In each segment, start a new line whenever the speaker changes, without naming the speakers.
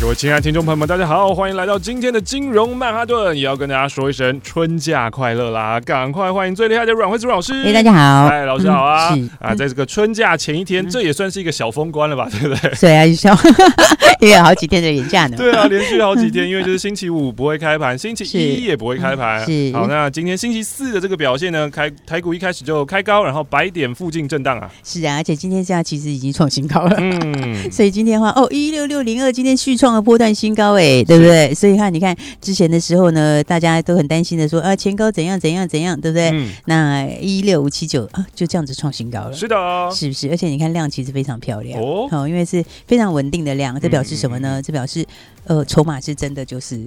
各位亲爱的听众朋友们，大家好，欢迎来到今天的金融曼哈顿，也要跟大家说一声春假快乐啦！赶快欢迎最厉害的阮慧珠老师。
哎、大家好，
嗯嗨，老师好啊！
嗯是
啊，在这个春假前一天，
嗯
这也算是一个小封关了吧，对不对？
虽 然笑，因为有好几天的年假呢。
对啊，连续好几天，因为就是星期五不会开盘，星期
是
一也不会开盘。
嗯是
好，那今天星期四的这个表现呢，开台股一开始就开高，然后百点附近震荡 啊。
是啊，而且今天价其实已经创新高了。
嗯，
所以今天的话，哦，一六六零二今天续创了波段新高，哎，对不对？所以看，你看之前的时候呢，大家都很担心的说，啊，前高怎样怎样怎样，对不对？
嗯，
那一六五七九啊，就这样子创新高了，
是的哦。
是不是？而且你看量其实非常漂亮
哦嗯
好、因为是非常稳定的量，这表示什么呢？这表示呃，筹码是真的就是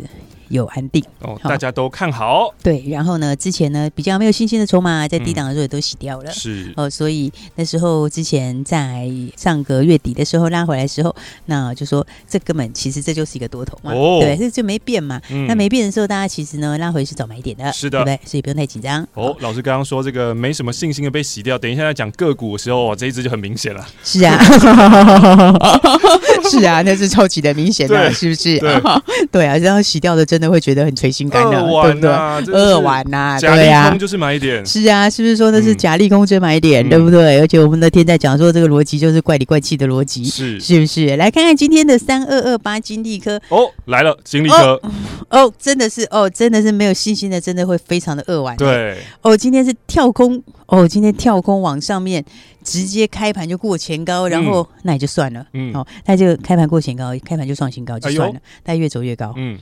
有安定。
哦，
好
大家都看好。
对，然后呢，之前呢比较没有新鲜的筹码，在低档的时候也都洗掉了。
是，
哦，所以那时候之前在上个月底的时候拉回来的时候，那就说这根本其实这就是一个多头嘛，
哦
对，这就没变嘛。
嗯
那没变的时候，大家其实呢拉回是早买点的，
是的
对不对？所以不用太紧张。
哦，老师刚刚说这个没什么信心的被洗掉，等一下在讲个股的时候，哇这一只就很明显了。
是啊，是啊，那是超级的明显
对
的，是不是？
对
对啊，然后洗掉的真的会觉得很捶心肝的，对不对？
啊，真的是
二碗呐、
假
对啊
利
呀、
空就是买点，
是啊，是不是说那是
嗯
假利空遮买点，
嗯
对不对？而且我们那天在讲说这个逻辑就是怪里怪气的逻辑，
是
是不是？来看看今天的三二二八金利科，
哦，来了，金利科，
哦，真的是哦，真的是没有信心的，真的会非常的扼腕。，
对，
哦，今天是跳空，哦，今天跳空往上面直接开盘就过前高，然后、那也就算了。
嗯哎
哦，那就开盘过前高，开盘就创新高就算了，但越走越高、
嗯，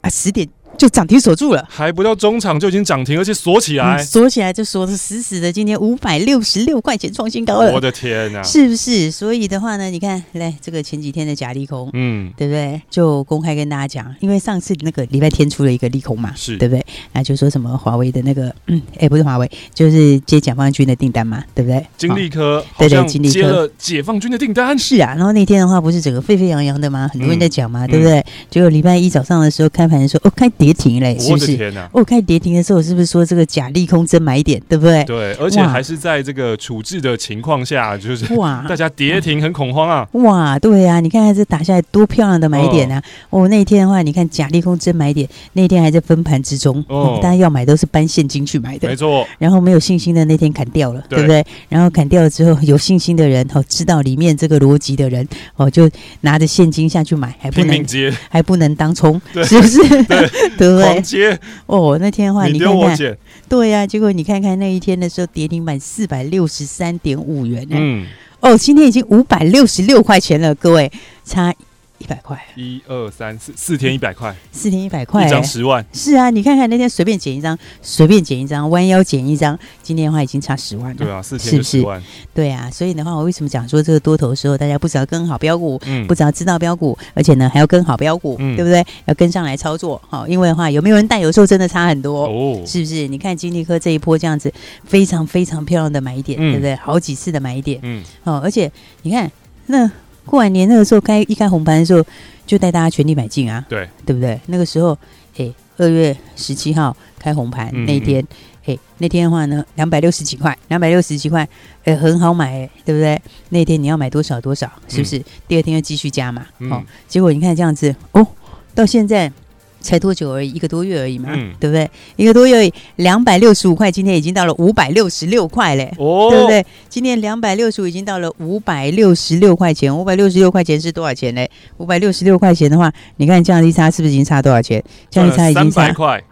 啊，十点就涨停锁住了。
还不到中场就已经涨停，而且锁起来
嗯，锁起来就锁的死死的，今天五百六十六块钱创新高了
我，的天啊呐，
是不是？所以的话呢，你看，来这个前几天的假利空，
嗯，
对不对？就公开跟大家讲，因为上次那个礼拜天出了一个利空嘛，
是
对不对？那就说什么华为的那个，嗯，哎，不是华为，就是接解放军的订单嘛，对不对？
金利科好
对对
像
金利科
接了解放军的订单
哦。，是啊，然后那天的话不是整个沸沸扬扬的吗？很多人在讲嘛，
嗯
对不对？结果礼拜一早上的时候开盘的时候，哦，开跌停嘞，是
我
不
的
是？
天啊呐，
哦，开跌停的时候是不是说这个假利空真买点，对不对？
对，而且
哎哇
还是在这个处置的情况下，就是
哇，
大家跌停很恐慌啊，
哇，对啊，你看看这打下来多漂亮的买点啊！哦，那一天的话，你看假利空真买点，那天还在分盘之中，
哦
哦、大家要买都是搬现金去买
没
的。
错，
然后没有信心的那天砍掉了，
对
对不对？然后砍掉了之后，有信心的人哦，知道里面这个逻辑的人哦，就拿着现金下去买，还不
拼
能
命接，
还不能当冲，
对
是不是？
对
对不
狂
对？
接，
哦，那天的话，
你
你
丢
看
我
看，
捡，
对呀、啊，结果你看看那一天的时候，跌停板四百六十三点五元、哎
嗯。
哦，今天已经五百六十六块钱了，各位，差一百块，
一二三四，四天一百块，
四天一百块、
一张
哎
十万，
是啊，你看看那天随便剪一张，随便剪一张，弯腰剪一张，今天的话已经差十万了。
对啊，四天就是十万，
对啊，所以的话，我为什么讲说这个多头的时候，大家不只要跟好标股，
嗯
不，只要知道标股，而且呢还要跟好标股，
嗯
对不对？要跟上来操作，好、因为的话有没有人带，有时候真的差很多。
哦，
是不是？你看金立科这一波这样子，非常非常漂亮的买点，
嗯
对不对？好几次的买点，
嗯，
哦，而且你看，那过完年那个时候开一开红盘的时候，就带大家全力买进啊，
对，
对不对？那个时候，哎，二月十七号开红盘
嗯
那一天，哎，那天的话呢，两百六十几块，两百六十几块，哎，很好买，哎，对不对？那天你要买多少多少，是不是？第二天又继续加嘛，
嗯
哦，结果你看这样子，哦，到现在。才多久而已，一个多月而已嘛，
嗯
对不对？一个多月而已，两百六十五块，今天已经到了五百六十六块嘞。
哦，
对不？对？今天两百六十五已经到了五百六十六块钱，五百六十六块钱是多少钱嘞？五百六十六块钱的话，你看这样一差是不是已经差多少钱？这样一差已经
呃三百
差
块，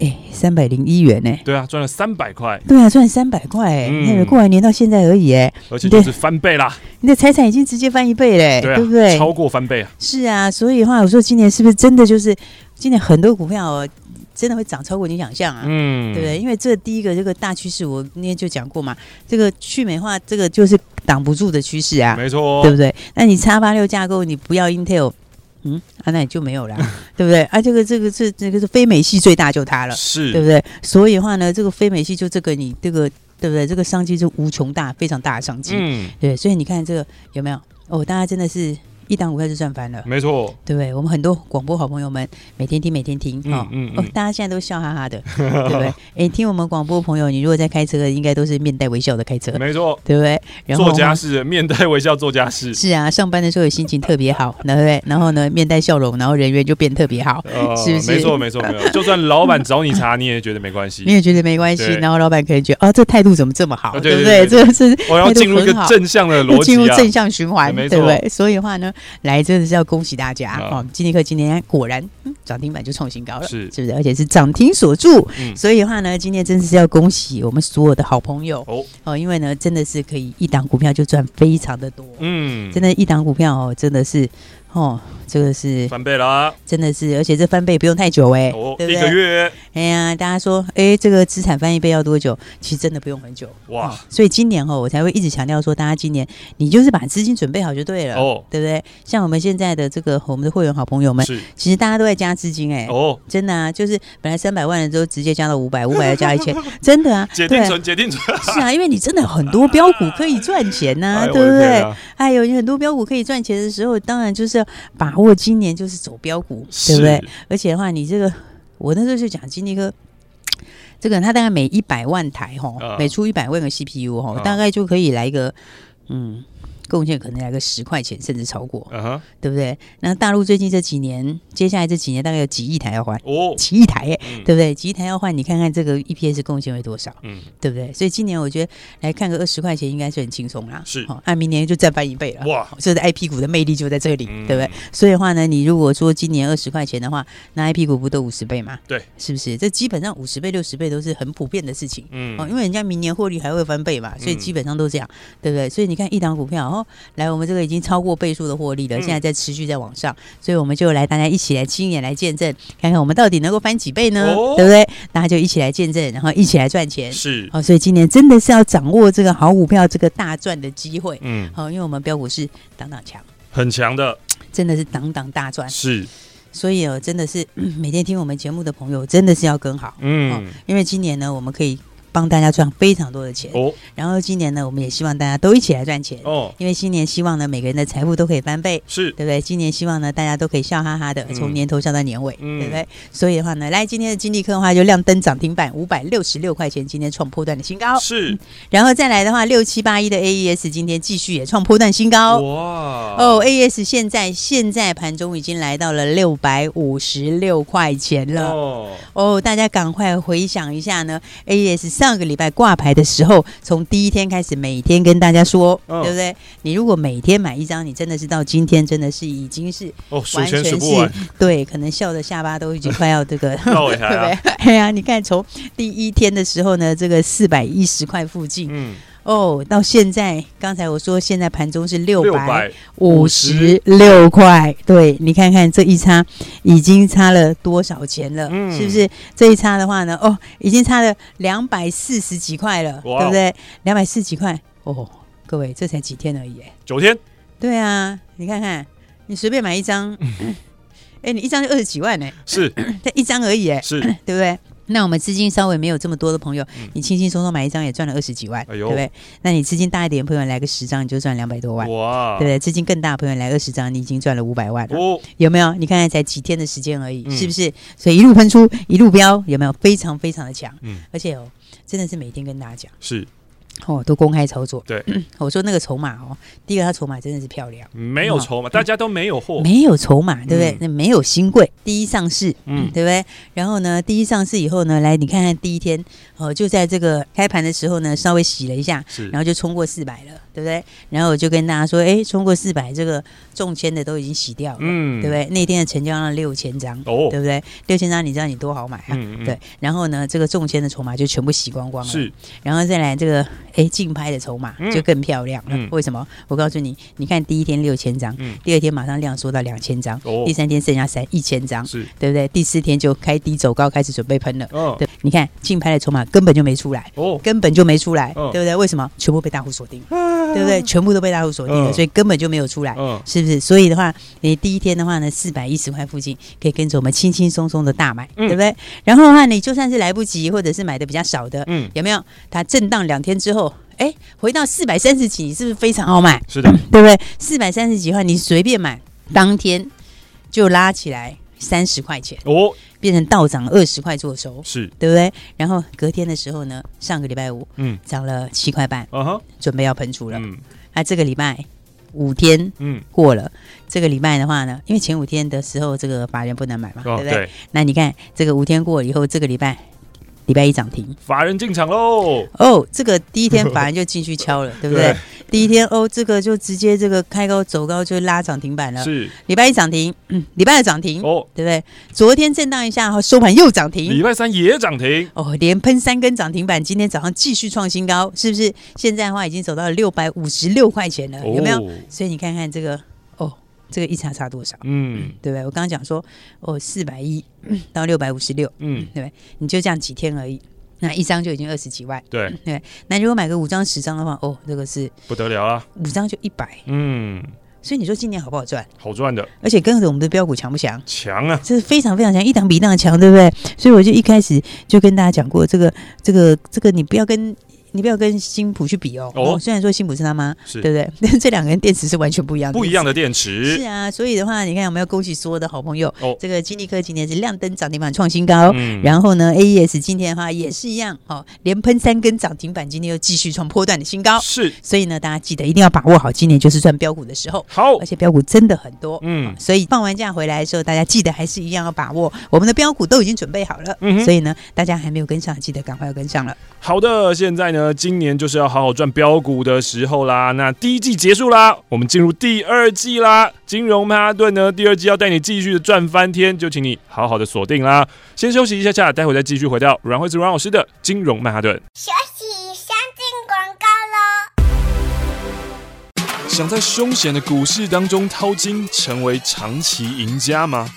哎三百零一元呢、
对啊，赚了三百块，
对啊，赚三百块哎、
嗯
那个过完年到现在而已哎、
而且就是翻倍啦，
你的财产已经直接翻一倍嘞、
对啊，
哎对不对？
超过翻倍啊，
是啊，所以的话，我说今年是不是真的就是今年很多股票哦，真的会涨超过你想象啊。
嗯，
对不对？因为这第一个这个大趋势，我那天就讲过嘛，这个去美化这个就是挡不住的趋势啊，
没错，
对不对？那你叉八六架构，你不要 Intel，嗯，啊，那你就没 有了，对不对？啊，这个这个这这个是非美系最大就它了，
是，
对不对？所以的话呢，这个非美系就这个你这个对不对？这个商机是无穷大，非常大的商机，
嗯，
对。所以你看这个有没有？哦，大家真的是一档股票就赚翻了。
没错，
对不对？我们很多广播好朋友们每天听，每天听
嗯
哦
嗯
哦
嗯，
大家现在都笑哈 哈的，对不对？哎，听我们广播朋友，你如果在开车，应该都是面带微笑的开车，
没错，
对不对？然后
做家事，面带微笑做家事，
是啊，上班的时候也心情特别好，对不对？然后呢，面带笑容，然后人缘就变特别好，
呃
是不是
没错，没错，没错，就算老板找你查，你也觉得没关
你
系。
也觉得没关系
对。
然后老板可能觉得，哦，这态度怎么这么好，
啊对
对不
对
对？
对
这是
我要进入一个
态度很好
正向的
又
逻
进入
辑啊，
正向循环，
没
对
错
不对？所以的话呢，来真的是要恭喜大家
啊
哦！金立克今天果然嗯涨停板就创新高了，
是
不是？而且是涨停锁住。
嗯
所以的话呢，今天真的是要恭喜我们所有的好朋友
哦，
哦，因为呢，真的是可以一档股票就赚非常的多，
嗯，
真的，一档股票哦，真的是哦，这个是
翻倍啦，
真的是，而且这翻倍不用太久哎、
哦，
对不
一
对？
个月，
哎呀，大家说，哎，这个资产翻一倍要多久？其实真的不用很久。
哇，
所以今年哦，我才会一直强调说，大家今年你就是把资金准备好就嗯对了，
哦
对不对？像我们现在的这个我们的会员好朋友们，
是，
其实大家都在加资金 哎、
哦，
真的啊，就是本来三百万的时候直接加到五百，五百再加 一千，真的啊，
解
对
定
啊，
存，解定存，
是啊，因为你真的很多标股可以赚钱 呐、
哎
对不？
我的天
对？
啊
哎呦，有很多标股可以赚钱的时候，当然就是要把握今年就是走标股，对不对？？而且的话，你这个我那时候就讲金立科，这个他大概每一百万台哈，
啊
每出一百万个 CPU 哈、
啊
大概就可以来一个嗯。贡献可能来个十块钱，甚至超过
是，嗯哼，
对不对？那大陆最近这几年，接下来这几年大概有几亿台要换，
哦，
几亿台耶、
嗯
对不对？几亿台要换，你看看这个 EPS 贡献会多少，
嗯，
对不对？所以今年我觉得来看个二十块钱应该是很轻松啦。
是
哦，那、明年就再翻一倍了。哦
哇，
这是 IP 股的魅力就在这里，
嗯
对不对？所以的话呢，你如果说今年二十块钱的话，那 IP 股不都五十倍吗？
对，
是不是？这基本上五十倍、六十倍都是很普遍的事情。哦，因
嗯，
为人家明年获利还会翻倍嘛，所以
嗯
基本上都这样，对不对？所以你看一档股票，哦，来我们这个已经超过倍数的获利了，
嗯
现在在持续在往上，所以我们就来大家一起来亲眼来见证，看看我们到底能够翻几倍呢？
哦
对不对？大家就一起来见证，然后一起来赚钱。哦
是，
好、所以今年真的是要掌握这个好股票这个大赚的机会。哦
嗯，
好、因为我们标股是挡挡强，
很强的，
真的是挡挡大赚，
是，
所以哦，真的是 嗯每天听我们节目的朋友，真的是要跟好，
嗯，
因为今年呢，我们可以帮大家赚非常多的钱，
哦，
然后今年呢，我们也希望大家都一起来赚钱，
哦，
因为新年希望呢，每个人的财富都可以翻倍。
是，
对不对？今年希望呢，大家都可以笑哈哈的，
嗯
从年头笑到年尾，
嗯
对不对？所以的话呢，来今天的金立科的话，就亮灯涨停板五百六十六块钱，今天创破断的新高。
是，
然后再来的话，六七八一的 AES 今天继续也创破断新高。
哇，
哦，AS 现在现在盘中已经来到了六百五十六块钱了。哦
哦，
大家赶快回想一下呢，AS 上个礼拜挂牌的时候，从第一天开始，每天跟大家说，
嗯
对不对？你如果每天买一张，你真的是到今天，真的是已经是
哦，数
完
钱
全
数
是
不 完，
对，可能笑的下巴都已经快要 这个
绕尾
对不
台啊，
对？哎呀，你看从第一天的时候呢，这个四百一十块附近
嗯，
哦，到现在，刚才我说现在盘中是六
六
百
百，
五十六块，对你看看这一差已经差了多少钱了，
嗯
是不是？这一差的话呢，哦，已经差了两百四十几块了，
哇哦
对不对？两百四十几块，哦，各位这才几天而已，哎
九天，
对啊，你看看，你随便买 一张，哎、你一张就二十几万呢，
是
这一张而已，哎，
是，
对不对？那我们资金稍微没有这么多的朋友，
嗯
你轻轻松松买一张也赚了二十几万，
哎
对
呦
不对？那你资金大一点的朋友来个十张，你就赚两百多万。
哇
对不，对？资金更大的朋友来二十张，你已经赚了五百万了，
啊哦，
有没有？你看看才几天的时间而已，
嗯
是不是？所以一路喷出，一路飙，有没有？非常非常的强，
嗯
而且哦，真的是每天跟大家
是
讲哦，都公开操作。
对，
我说那个筹码哦，第一个它筹码真的是漂亮，
没有筹码，大家都没有货，
嗯没有筹码，对不对
哦嗯？
那没有新贵，第一上市，
嗯
嗯，对不对？然后呢，第一上市以后呢，来你看看第一天哦，就在这个开盘的时候呢，稍微洗了一下，
是
然后就冲过四百了，对不对？然后我就跟大家说，哎，冲过四百，这个中签的都已经洗掉了，
嗯
对不对？那天的成交量六千张，
哦
对不对？六千张，你知道你多好买啊？
嗯嗯
对，然后呢，这个中签的筹码就全部洗光光了。
是，
然后再来这个哎竞拍的筹码
嗯
就更漂亮了。
嗯
为什么？我告诉你，你看第一天六千张，
嗯
第二天马上量缩到两千张，
哦
第三天剩下三一千张，
是，
对不对？第四天就开低走高，开始准备喷了。
嗯，
对，你看竞拍的筹码根本就没出来，
哦，
根本就没出来，
嗯
对不对？为什么？全部被大户锁定，
啊
对不对？全部都被大户锁定了，
嗯
所以根本就没有出来。
嗯，
是不是？所以的话，你第一天的话呢，四百一十块附近可以跟着我们轻轻松松的大买，
嗯
对不对？然后的话，你就算是来不及，或者是买的比较少的，
嗯，
有没有？它震荡两天之后，哎，回到四百三十几，你是不是非常好买？
是的，
对不对？四百三十几块，你随便买，当天就拉起来三十块钱，
哦，
变成倒涨二十块做收，
是，
对不对？然后隔天的时候呢，上个礼拜五，
嗯，
涨了七块半，
啊哈，
准备要喷出了。那、
嗯
这个礼拜五天
嗯，
过了，这个礼拜的话呢，因为前五天的时候这个法人不能买嘛，
哦，
对不对？
对，
那你看这个五天过了以后，这个礼拜礼拜一涨停
法人进场喽，
哦，这个第一天法人就进去敲 了，对不对？
对
第一天哦，这个就直接这个开高走高就拉涨停板了，
是，
礼拜一涨停，嗯，礼拜二涨停，
哦，
对不对？昨天震荡一下，后收盘又涨停
礼。拜三也涨停，
哦，连喷三根涨停板，今天早上继续创新高，是不是？现在的话已经走到六百五十六块钱
哦
了，有没有？？所以你看看这个，哦，这个一差差多少？
嗯
对不对？我刚刚讲说，哦，四百一到六百五十六，
嗯，
对不对？你就这样几天而已，那一张就已经二十几万。
对，
那如果买个五张、十张的话，哦，这个是
不得了啊，
五张就一百，
嗯，
所以你说今年好不好赚？
好赚的，
而且跟着我们的标股强不强？
强啊，
这是非常非常强，一档比一档强，对不对？所以我就一开始就跟大家讲过，这个、这个、这个，你不要跟你不要跟新普去比哦。
哦
哦，虽然说新普是他妈，
是
对不对？但是这两个人电池是完全不一样的，
不一样的电
是
池，
啊，所以的话，你看有没有恭喜所有的好朋友？
哦
这个金立科今天是亮灯涨停板创新高。
嗯
然后呢，AES 今天的话也是一样，哦，连喷三根涨停板，今天又继续创波段的新高。
是
所以呢，大家记得一定要把握好，今年就是赚标股的时候，
好，
而且标股真的很多。
嗯
所以放完假回来的时候，大家记得还是一样要把握，我们的标股都已经准备好了。
嗯哼
所以呢，大家还没有跟上，记得赶快要跟上了。
好的，现在呢，今年就是要好好赚标股的时候啦。那第一季结束啦，我们进入第二季啦。金融曼哈顿呢，第二季要带你继续的赚翻天，就请你好好的锁定啦。先休息一下下，待会再继续回到阮惠子阮老师的金融曼哈顿。
休息，上进广告喽。
想在凶险的股市当中淘金，成为长期赢家吗？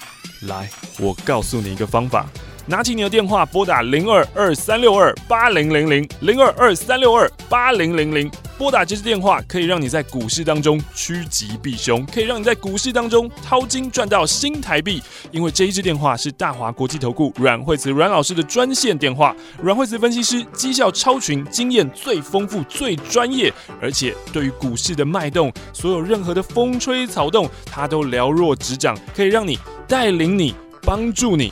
来，我告诉你一个方法。拿起你的电话，拨打零二二三六二八零零零零二二三六二八零零零。拨打这支电话可以让你在股市当中趋吉避凶，可以让你在股市当中淘金赚到新台币。因为这一支电话是大华国际投顾阮惠慈阮老师的专线电话，阮惠慈分析师绩效超群，经验最丰富、最专业，而且对于股市的脉动，所有任何的风吹草动，他都了若指掌，可以让你带领你、帮助你。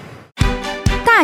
大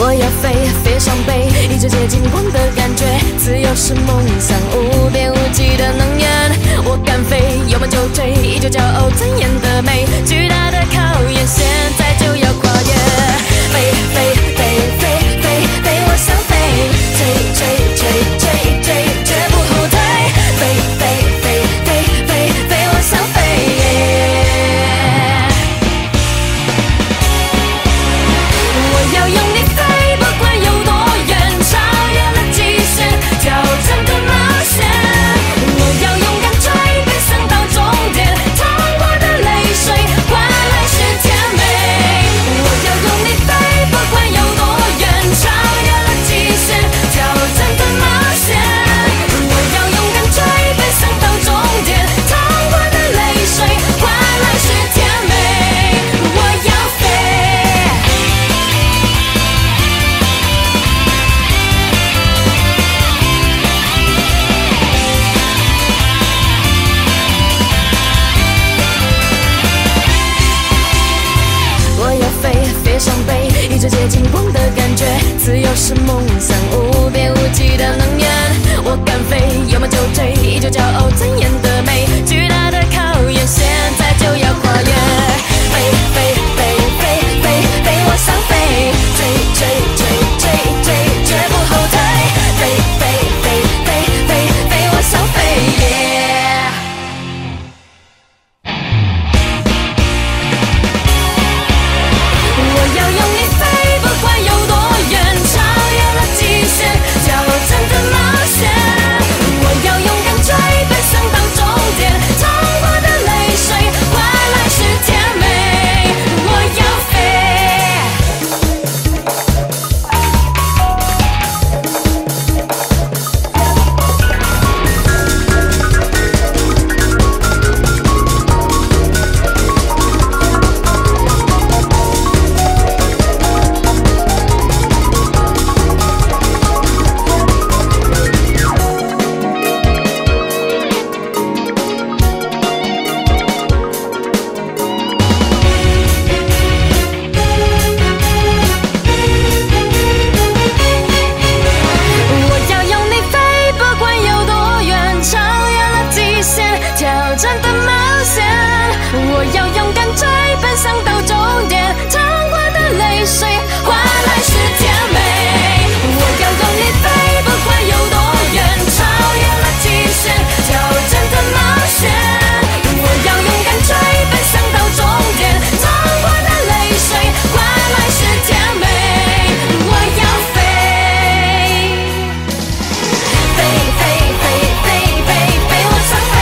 我要飞，飞上北，一直接近光的感觉，自由是梦想，无边无际的能源。我敢飞，有梦就追，依旧骄傲尊严的美，巨大的考验，现在就要跨越。飞飞飞飞飞飞，我想飞，追追追追追，绝不后退。飞飞飞是梦想无边无际的能源。我敢飞，有梦就追，依旧骄傲尊严的美。巨大的考验，现在就要跨越。飞飞飞飞飞飞，我想飞，追追追追追，绝不后退。飞飞飞飞飞飞，我想飞。Yeah 我要用力飞，不管有多远，超越了极限，挑战的冒险。我要勇敢追，奔向到终点，痛过的泪水换来是甜美。我要飞。我要用力飞，不管有多远，超越了极限，挑战的冒险。我要勇敢追，奔向到终点，烫过的泪水换来是甜美。我要用力飞，不管有多远，超越了极限，挑战的冒险。我要勇敢追，奔向到终点，烫过的泪水换来是甜美。我要飞。飞飞飞飞飞飞，我想飞，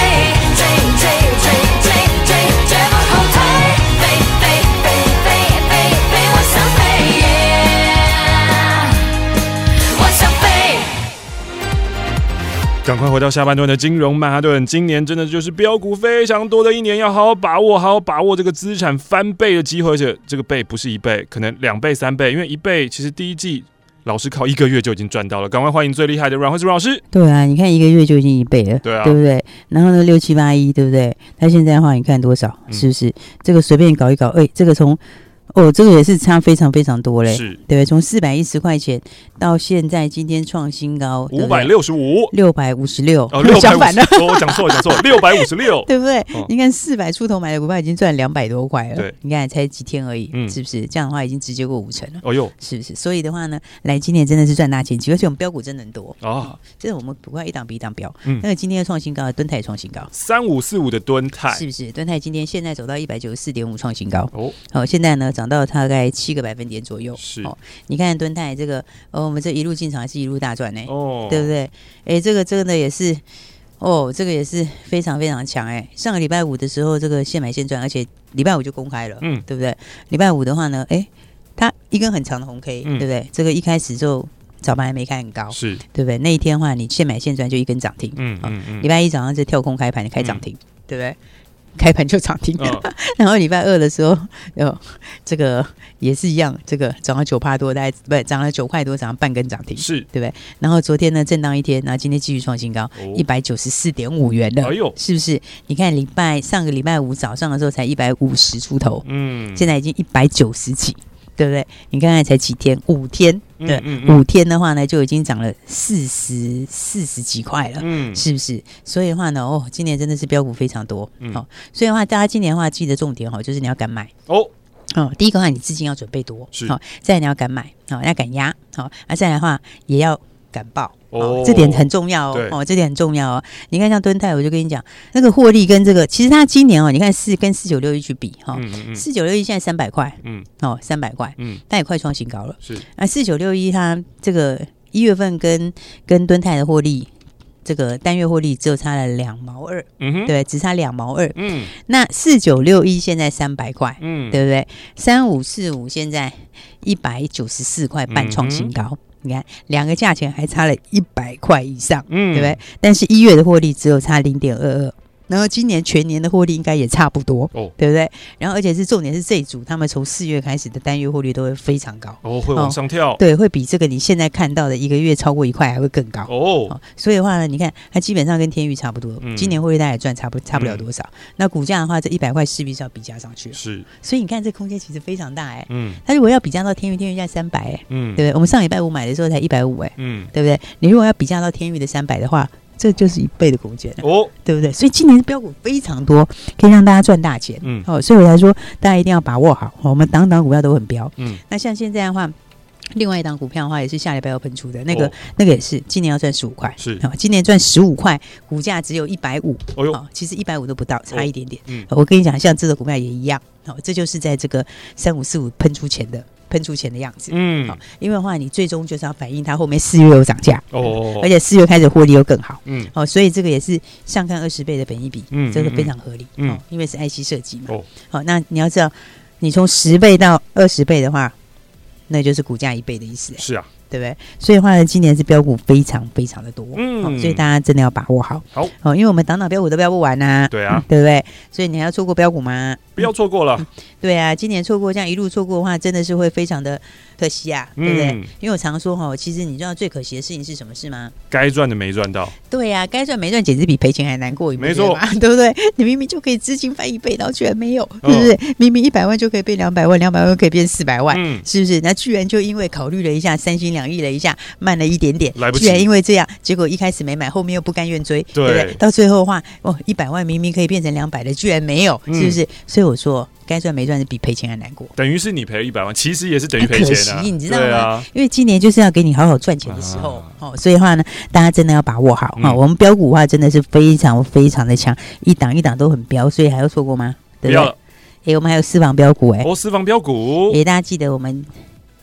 追追追追追，绝不后退。飞飞飞飞飞飞，我想飞，我想飞。
赶快回到下半段的金融曼哈顿，今年真的就是标股非常多的一年，要好好把握，好好把握这个资产翻倍的机会，而且这个倍不是一倍，可能两倍、三倍，因为一倍其实第一季老师靠一个月就已经赚到了。赶快欢迎最厉害的阮慧芝阮老师，
对啊，你看一个月就已经一倍了，
对啊
不对？然后呢，六七八一，对不对？他现在的话，你看多少，
嗯
是不是？这个随便搞一搞，哎、这个从哦，这个也是差非常非常多嘞，
是
对不对？从四百一十块钱到现在今天创新高，
五百六十 五，
六百五十六
哦，六百
相
五
反
十
的，，
哦我讲错，讲错，六百五十六，
对不对？
哦
你看四百出头买的股票已经赚两百多块了，
对
你看才几天而已，
嗯
是不是？这样的话已经直接过五成了。
哦哟，
是不是？所以的话呢，来今年真的是赚大钱，而且我们标股真的很多，
啊，
真的我们股票一档比一档标。
嗯
那个今天的创新高，敦泰也创新高，
三五四五的蹲泰
是，不是？敦泰今天现在走到一百九十四点五创新高，
哦，
好、现在呢涨到大概七个百分点左右。
是
哦，你看敦泰这个，哦，我们这一路进场还是一路大赚呢、
哦，
对不对？哎，这个真的也是，哦，这个也是非常非常强哎。上个礼拜五的时候，这个现买现赚，而且礼拜五就公开了，
嗯
对不对？礼拜五的话呢，哎，它一根很长的红 K，、
嗯
对不对？这个一开始就早盘还没开很高，
是，
对不对？那一天的话，你现买现赚就一根涨停，
嗯嗯
礼
嗯，
拜一早上就跳空开盘，开涨停，对不对？开盘就涨停，
嗯
然后礼拜二的时候，有这个也是一样，这个涨了九帕多，大概不是涨了九块多，涨了半根涨停，
是，
对不对？然后昨天呢，震荡一天，然后今天继续创新高，一
哦，
百九十四点五元了，
哎呦
是不是？你看礼拜上个礼拜五早上的时候才一百五十出头，
嗯，
现在已经一百九十几，对不对？你刚才才几天，五天，
嗯
对，
嗯嗯
五天的话呢，就已经涨了四十四十几块了。
嗯，
是不是？所以的话呢，哦，今年真的是标股非常多，好、
嗯
哦，所以的话，大家今年的话，记得重点哦，就是你要敢买，
哦，
哦，第一个的话，你资金要准备多，
是
好、再来你要敢买，好、要敢压，好、啊，再来的话也要敢报。
哦
哦，这点很重要哦
对，
哦，这点很重要哦。你看像敦泰，我就跟你讲，那个获利跟这个，其实它今年哦，你看四跟四九六一去比哈，
嗯嗯嗯
四九六一现在三百块，
嗯
哦，三百块，
嗯，
但也快创新高了。
是，
那四九六一它这个一月份跟跟敦泰的获利，这个单月获利只有差了两毛二，
嗯哼，
对，只差两毛二。
嗯
那四九六一现在三百块，
嗯，
对不对？三五四五现在一百九十四块
嗯
半创新高，你看两个价钱还差了一百块以上，
嗯
对不对？但是一月的获利只有差零点二二，然后今年全年的获利应该也差不多，
哦
对不对？然后而且是重点是这一组，他们从四月开始的单月获利都会非常高，
哦，会往上跳，
对，会比这个你现在看到的一个月超过一块还会更高。
哦，
哦，所以的话呢，你看它基本上跟天域差不多，
嗯
今年汇率大概也赚差不差不了
嗯
多少。那股价的话，这一百块势必是要比价上去了，
是，
所以你看这空间其实非常大哎、
嗯
它如果要比价到天域，天域价三百哎，
嗯
对不对？我们上礼拜五买的时候才一百五哎，
嗯，
对不对？你如果要比价到天域的三百的话，这就是一倍的空间了，
哦，
对不对？所以今年的标股非常多，可以让大家赚大钱。
嗯
哦，所以我才说大家一定要把握好，哦我们档档股票都很标。
嗯，
那像现在的话。另外一档股票的话，也是下礼拜要喷出的那个，
哦
那个也是今年要赚十五块，
是
哦，今年赚十五块，股价只有一百五，
哦呦，
哦，其实一百五都不到，差一点点。哦
嗯
我跟你讲，像这个股票也一样，哦，这就是在这个三五四五喷出前的喷出前的样子。
嗯，
好
哦，
因为的话，你最终就是要反映它后面四月有涨价，
哦，
而
且，
且四月开始获利又更好。
嗯
哦，所以这个也是上看二十倍的本益比，
嗯
这个
嗯
非常合理，
嗯
哦，因为是爱惜设计嘛。
哦，
好、那你要知道，你从十倍到二十倍的话，那就是股价一倍的意思，
是啊，
对不对？所以的话呢，今年是标股非常非常的多，
嗯
哦所以大家真的要把握好，
好，
哦，因为我们档档标股都标不完呐、
对啊，
对不对？所以你还要错过标股吗？
不要错过了，
对啊，今年错过这样一路错过的话，真的是会非常的可惜啊，对不对？
嗯
因为我常说哈、其实你知道最可惜的事情是什么事吗？
该赚的没赚到，
对呀、该赚没赚简直比赔钱还难过，你不
没
觉得
错
吗 对不对？你明明就可以资金翻一倍，然后居然没有，
嗯
对不对？明明一百万就可以变两百万，两百万可以变四百万。
嗯，
是不是？那居然就因为考虑了一下，三心两意了一下，慢了一点点，
来不及
居然因为这样，结果一开始没买，后面又不甘愿追，
对
不对？到最后的话，哦，一百万明明可以变成两百的，居然没有，是不
嗯
是？所以我说，该赚没赚是比赔钱还难过。
等于是你赔了一百万，其实也是等于赔
可
钱啊，
惜，你知道
对
吗？
啊，
因为今年就是要给你好好赚钱的时候、
啊
哦，所以的话呢，大家真的要把握好哈、
嗯
我们标股的话真的是非常非常的强，一档一档都很标，所以还要错过吗？
不
对哎不
要
对？
了，
诶，我们还有私房标股诶，诶，
哦，私房标股，
大家记得我们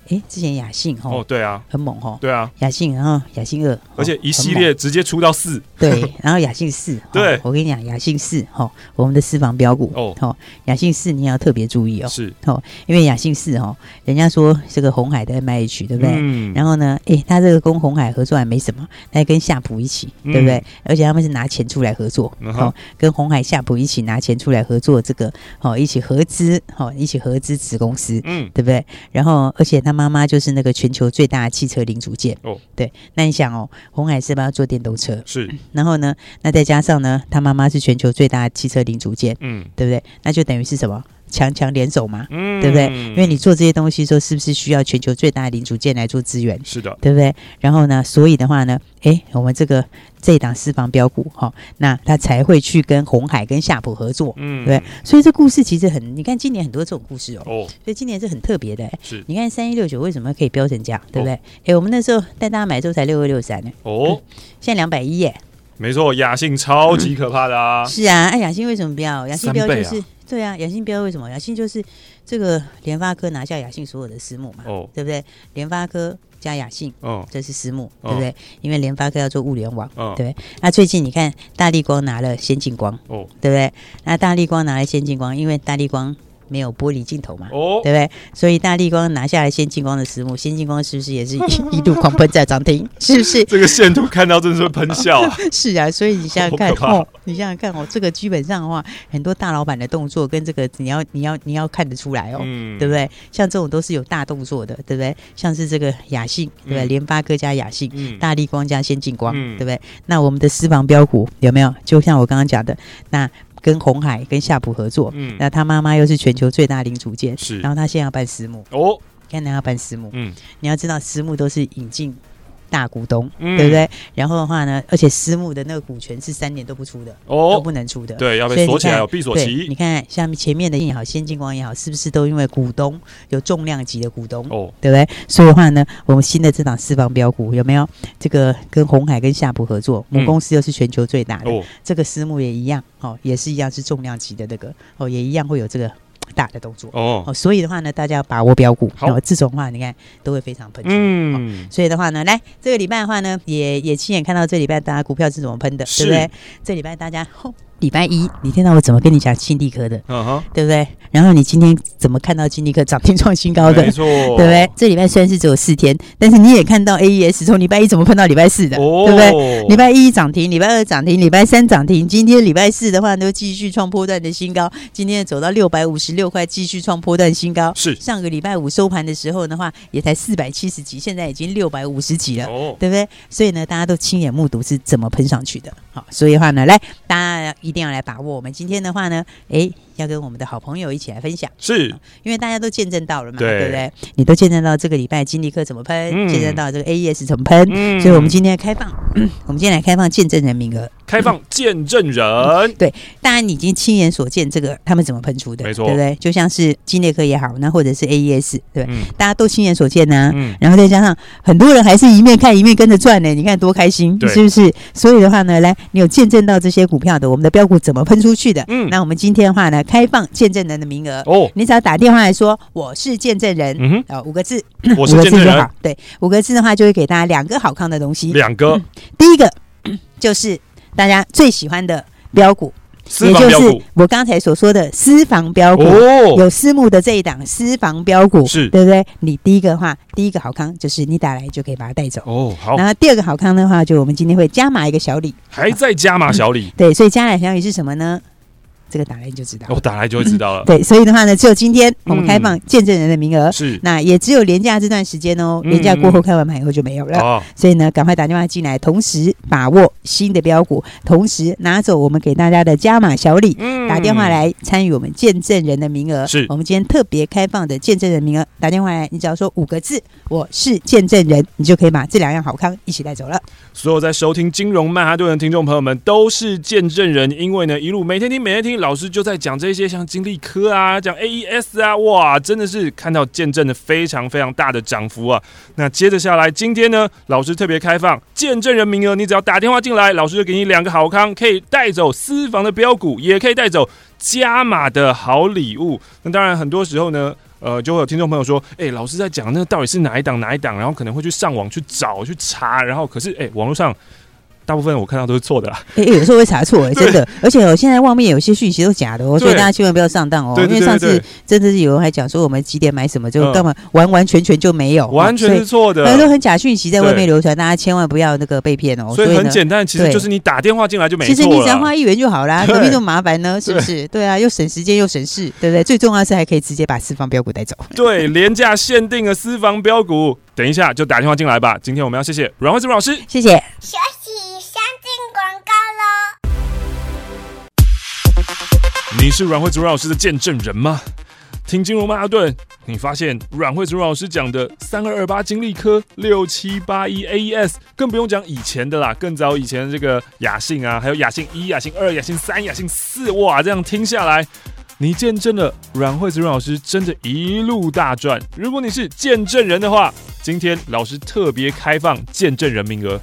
诶，之前雅信哈、
哦，对啊，
很猛哈、哦。
对啊，
雅信，然后雅信二，
而且
哦
一系
很猛
列直接出到四，
对，然后雅信四，哦
对
我跟你讲，雅信四，哈，我们的私房标股，
哦
哦，雅信四你要特别注意 哦，
是，
因为雅信四，哦，人家说这个红海的 M H，对不对？
嗯
然后呢，诶，他这个跟红海合作还没什么，他还跟夏普一起，
嗯
对不对？而且他们是拿钱出来合作，
嗯哼
哦，跟红海、夏普一起拿钱出来合作，这个哦，一起合资，哦，一起合资子公司。
嗯，
对不对？然后，而且他妈妈就是那个全球最大的汽车零组件
哦
对，那你想哦，红海是不是要做电动车？
是，
然后呢，那再加上呢，他妈妈是全球最大的汽车零组件，
嗯
对不对？那就等于是什么？强强联手嘛，
嗯，
对不对？因为你做这些东西的时候，是不是需要全球最大的零组件来做资源？
是的，
对不对？然后呢，所以的话呢，诶，我们这个这一档私房标股哈、那它才会去跟红海跟夏普合作，
嗯，
对，所以这故事其实很，你看今年很多这种故事哦，
哦，
所以今年是很特别的。诶
是，
你看三一六九为什么可以标成这样，对不对？诶，我们那时候带大家买的时候才六二六三呢，
哦，
现在两百一耶。
没错，雅信超级可怕的啊，
是啊，哎，雅欣为什么标？雅欣标就
三倍
是、对啊，雅欣标为什么？雅欣就是这个联发科拿下雅信所有的私募嘛，
哦，
对不对？联发科加雅信。
嗯，
这是私募，
哦
对不对？因为联发科要做物联网，
嗯
对不对。那最近你看，大力光拿了先进光，
哦，
对不对？那大力光拿了先进光，因为大力光没有玻璃镜头嘛，
哦，
对不对？所以大力光拿下了先进光的私募，先进光是不是也是一一路狂奔在涨停？ 是不是？
这个线图看到真的是会喷笑 啊！
是啊，所以你想想看
好可怕
哦，你想想看哦，这个基本上的话，很多大老板的动作跟这个你要你要你要看得出来哦。
嗯
对不对？像这种都是有大动作的，对不对？像是这个雅信，对不对？
嗯
联发科加雅信，
嗯
大力光加先进光，
嗯
对不对？那我们的私房标股有没有？就像我刚刚讲的，那跟红海跟夏普合作，
嗯
那他妈妈又是全球最大零组件，
是
然后他现在要办私募，
哦，
看他要办私募，
嗯
你要知道私募都是引进。大股东，
嗯
对不对？然后的话呢，而且私募的那个股权是三年都不出的，都
哦，
不能出的。
对，要
所以
被
你
锁起来
看
哦，闭锁
对，你
期
看像前面的也好，先进光也好，是不是都因为股东有重量级的股东，
哦，
对不对？所以的话呢，我们新的这档四方标股有没有这个跟红海跟夏普合作？
嗯
母公司又是全球最大的，
哦，
这个私募也一样哦，也是一样是重量级的这个哦，也一样会有这个大的动作哦
哦，
所以的话呢，大家要把握标股，
好
哦，这种话你看都会非常喷出。哦
嗯，
所以的话呢，来这个礼拜的话呢，也也亲眼看到这礼拜大家股票是怎么喷的，
是
对不对？这礼拜大家、哦、礼拜一你听到我怎么跟你讲新地科的，
嗯哼，
对不对？然后你今天怎么看到新地科涨停创新高的
没，错，
哦对不对？这礼拜虽然是只有四天，但是你也看到 AES 从礼拜一怎么喷到礼拜四的，
哦
对不对？礼拜一涨停，礼拜二涨停，礼拜三涨停，今天礼拜四的话都继续创波段的新高，今天走到六百五十六块，继续创波段新高。
是
上个礼拜五收盘的时候的话，也才四百七十几，现在已经六百五十几了。
哦，
对不对？所以呢，大家都亲眼目睹是怎么喷上去的。好，所以的话呢，来，大家一定要来把握。我们今天的话呢，诶，要跟我们的好朋友一起来分享，
是
因为大家都见证到了嘛，
对
对不对？你都见证到这个礼拜金立科怎么喷，
嗯
见证到这个 AES 怎么喷，
嗯
所以我们今天开放， 我们今天来开放见证人名额。
开放见证人，
当然，你已经亲眼所见这个他们怎么喷出的，
没错
对不对？就像是金立科也好，那或者是 AES，对不对，
嗯
大家都亲眼所见呐、
嗯，
然后再加上很多人还是一面看一面跟着转呢，你看多开心，
对
是不是？所以的话呢，来，你有见证到这些股票的，我们的标股怎么喷出去的？
嗯
那我们今天的话呢，开放见证人的名额，
哦，
你只要打电话来说我是见证人，
嗯哼，
呃，五个字，
我
五
是
个
见
字
证
就
人
好，，对，五个字的话就会给大家两个好看的东西。
两个
第一个嗯就是大家最喜欢的标股，
私房标股，
我刚才所说的私房标股。
哦，
有私募的这一档私房标股，
是
对不对？你第一个的话，第一个好康就是你打来就可以把它带走。
哦，好，
然后第二个好康的话，就我们今天会加码一个小礼，
还在加码小李，
对，所以加码小礼是什么呢？这个打来你就知道了。
我哦打来就会知道了，
对，所以的话呢，只有今天我们开放见证人的名额，
嗯是
那也只有廉价这段时间哦，
嗯
廉价过后开完盘以后就没有了。
哦，
所以呢，赶快打电话进来，同时把握新的标股，同时拿走我们给大家的加码小礼。
嗯
打电话，来参与我们见证人的名额，
是
我们今天特别开放的见证人名额。打电话来，你只要说五个字“我是见证人”，你就可以把这两样好康一起带 走了。
所有在收听金融曼哈顿的听众朋友们都是见证人，因为呢，一路每天听每天听，老师就在讲这些，像金利科啊，讲 AES 啊，哇，真的是看到见证了非常非常大的涨幅啊。那接着下来，今天呢，老师特别开放见证人名额，你只要打电话进来，老师就给你两个好康，可以带走私房的标股，也可以带走加码的好礼物。那当然，很多时候呢。呃，就会有听众朋友说，哎、老师在讲那到底是哪一档哪一档，然后可能会去上网去找去查，然后可是哎、网络上大部分我看到都是错的啦。
哎、有时候会查错、
对
真的。而且我现在外面有些讯息都假的哦，
对
所以大家千万不要上当哦。
对
因
对
为上
对对
次真的是有人还讲说我们几点买什么，就
嗯
根本完完全全就没有，
完全是
哦
错的
所以。很多很假讯息在外
对
面流传，大家千万不要那个被骗哦。
所以很
呢
简单，其实
对
就是你打电话进来就没
其实
错
你只要
了。
花一元就好啦，
对
何必那么麻烦呢？是不是？对啊，又省时间又省事，对不对？最重要的是还可以直接把四方标股带走。
对，廉价限定的私房标股，等一下就打电话进来吧。今天我们要谢谢阮慧芝老师。
谢谢。
休息一下，进广告喽。
你是阮慧主任老师的见证人吗？听金融曼哈顿，你发现阮慧主任老师讲的三二二八金利科、六七八一 AES，更不用讲以前的啦，更早以前这个雅信啊，还有雅信一、雅信二、雅信三、雅信四，哇，这样听下来。你见证了阮慧子阮老师真的一路大赚。如果你是见证人的话，今天老师特别开放见证人名额，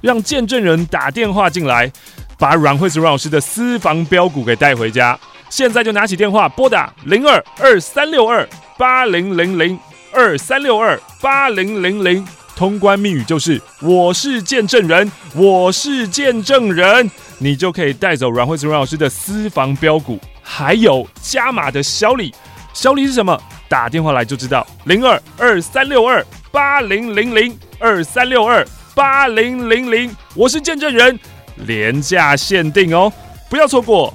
让见证人打电话进来，把阮慧子阮老师的私房标股给带回家。现在就拿起电话拨打零二二三六二八零零零二三六二八零零零，通关密语就是“我是见证人，我是见证人”，你就可以带走阮慧子阮老师的私房标股，还有加码的小礼。小礼是什么？打电话来就知道，零二二三六二八零零零二三六二八零零零，我是见证人，廉价限定哦，不要错过。